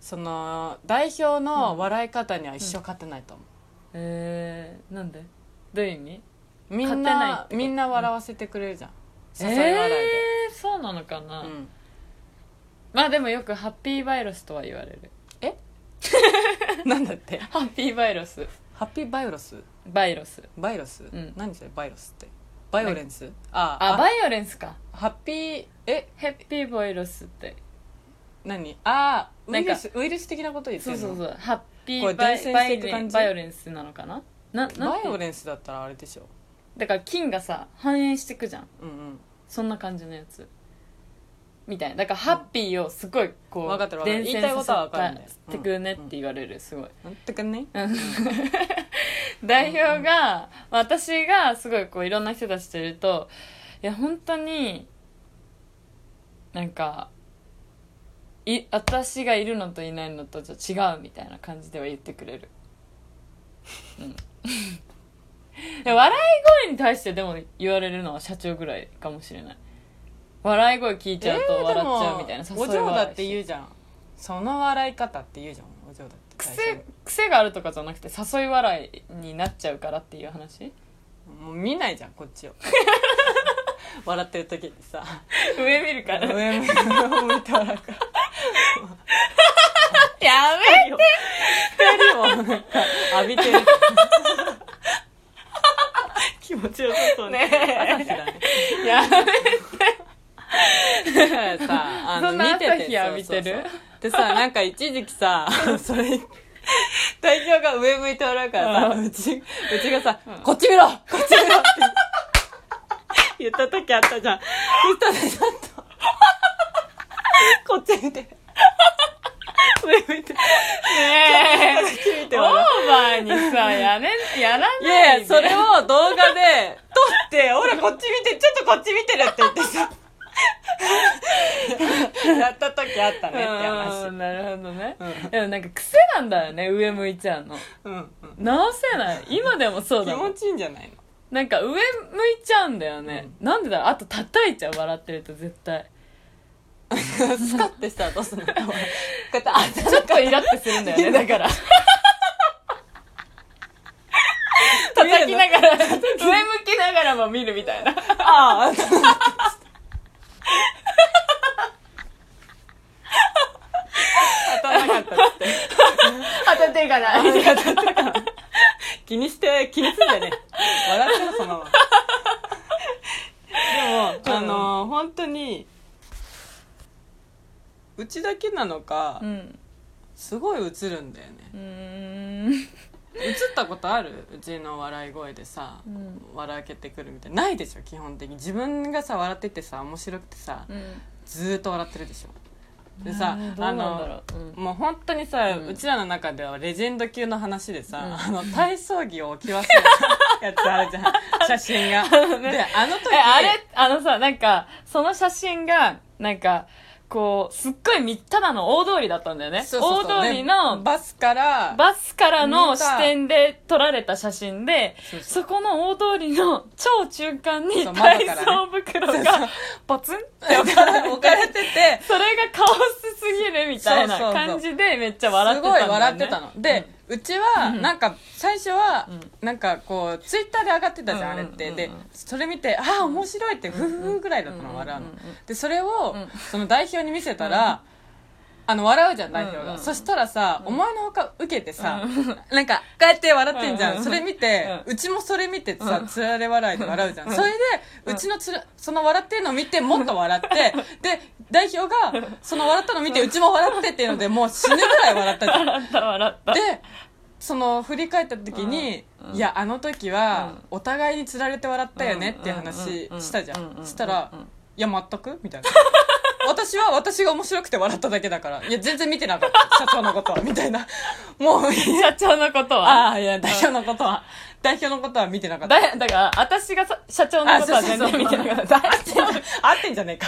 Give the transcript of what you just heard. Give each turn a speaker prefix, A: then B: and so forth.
A: その代表の笑い方には一生勝てないと思う、
B: えー、なんでどういう意味
A: みん
B: 勝てないっ
A: な
B: てこと
A: みんな笑わせてくれるじゃん
B: え
A: 誘い笑いで、
B: えー、そうなのかな、
A: うん、
B: まあでもよくハッピーバイロスとは言われる
A: なんだって
B: ハッピーバイロス
A: ハッピーバイオロス
B: バイロス
A: バイオロス、
B: ん
A: 何それバイオロスってバイオレンスあ
B: あ
A: あ
B: バイオレンスか
A: ハッピーえ
B: ハッピーバイロスって
A: 何あーウ
B: なん
A: イ
B: か
A: ルスウイルス的なこと言って
B: そ
A: るの
B: うそうそうハッピ
A: これ
B: ーバ
A: 伝
B: イ
A: 染
B: バ
A: して
B: イ
A: いく感じ
B: バイオレンスなのかななな
A: バ
B: ん
A: イオ
B: て
A: レンスだったらあれでしょ
B: だから菌がさ反映してくじゃん
A: うんうん
B: そんな感じのやつみたいなだからハッピーをすごいこう
A: わかってるわかってる言いたいことはわかるんだよ
B: てくねって言われるすごい
A: なんてかね
B: 代表が、私がすごいこういろんな人たちといるといや本当になんかい私がいるのといないのとじゃ違うみたいな感じでは言ってくれる、うん、 で笑い声に対してでも言われるのは社長ぐらいかもしれない笑い声聞いちゃうと笑っちゃうみたいな、
A: でもお
B: 誘い
A: 嬢
B: 笑い
A: だって
B: う
A: 言うじゃんその笑い方って言うじゃんお嬢だって最初に
B: 癖癖があるとかじゃなくて誘い笑いになっちゃうからっていう話
A: もう見ないじゃんこっちを笑ってる時ってさ
B: 上見るか
A: 上
B: ら
A: 上向いて笑うから
B: やめ
A: 光をなんか浴びて る気持ちよさそう
B: ねえ
A: 朝日だ ね
B: や
A: さあ
B: そんな朝日浴び
A: そ
B: てる
A: うそうそうでさなんか一時期 さそれ代表が上向いて笑うからさうちうちがさ、こっち見ろこっち見ろ」って言った時あったじゃんそしたらちょっとこっち見て上向いてこ
B: ね
A: っち見
B: え
A: て
B: オー
A: 笑う
B: バーにさやれやらない
A: い
B: で
A: やいや、それを動画で撮って、ほらこっち見て、ちょっとこっち見てるって言ってさ、やった時あったねって話
B: う。んなるほどね、
A: うん
B: でもなんか癖なんだよね上向いちゃうの
A: うんうん。
B: 直せない今でもそう
A: 気
B: だも
A: 持
B: ん
A: ちいいんじゃないの
B: なんか上向いちゃうんだよね、なんでだろうあと叩いちゃう笑ってると絶 対
A: スカッてしたらどうすんの こうやって、あ、
B: ちょっとイラってするんだよねだから叩きなが ら上向きながらも見るみたいな
A: ああ、当たらなかったっつって。
B: 当たってるかなみたいな
A: 気にして気にすんじゃねえ笑ってるそのままでもあのー本当にうちだけなのか、
B: うん
A: すごい映るんだよね
B: うーん
A: 映ったことあるうちの笑い声でさ、
B: うん
A: 笑けてくるみたいなないでしょ基本的に自分がさ笑っててさ面白くてさ、
B: うん
A: ずーっと笑ってるでしょで
B: う
A: さ
B: んどうな
A: あ
B: んだ
A: の
B: ろううん
A: もう本当にさ、
B: う
A: うんちらの中ではレジェンド級の話でさ、
B: うん
A: あの体操着を着忘れたやつあるじゃん写 真が。であの時
B: え、あれあのさ、なんか、その写真が、なんか、こう、すっごいみ、ただの大通りだったんだよね。
A: そうそうそう
B: 大通りの、
A: ねバスから
B: バスからの
A: 見た
B: 視点で撮られた写真で、
A: そうそ
B: そこの大通りの超中間に
A: そう窓
B: 体
A: からね
B: 操袋がポツンって置
A: 置
B: か
A: か
B: れ
A: れ
B: て
A: 置かれてて
B: それがカオスすぎるみたいな
A: そうそうそう
B: 感じでめっちゃ笑っ
A: す
B: てたん
A: ご
B: だ
A: い
B: よね。
A: 笑ってたの。で、うちは
B: うん
A: なんか最初は
B: うん
A: なんかこうツイッターで上がってたじゃんあ
B: うんう
A: れ
B: ん
A: っ
B: うんうん
A: てでそれ見てああ面白いってふふふぐらいだったの笑うの
B: うんうんうんうん。
A: でそれを
B: うん
A: その代表に見せたら。あの笑うじゃん代表
B: うんうんう
A: が
B: ん
A: そしたらさお前のほか受けてさ
B: うん
A: なんかこうやって笑ってんじ
B: うん
A: ゃ
B: うんん
A: それ見て
B: う
A: うちもそれ見てさ
B: うん
A: つられ笑いで笑うじゃ
B: うん
A: んそれでうちのつらその笑ってるの見てもっと笑って で代表がその笑ったの見てうちも笑ってっていうのでもう死ぬぐらい笑ったじゃん
B: 笑った笑った。
A: でその振り返った時に、
B: うんうん
A: いやあの時はお互いにつられて笑ったよねっていう話
B: うんうんうん
A: したじゃ
B: うんうんうんん
A: したら
B: うん
A: 「いや全く?」み たいな私は私が面白くて笑っただけだからいや全然見てなかっ た社長のことはみたいなもういや
B: 社長のことは
A: ああいや代表のことは代表のことは見てなかった
B: だだから私がさ社長のことは全然見てなかった
A: あそうそうそう合ってんじゃん合ってんじゃねえか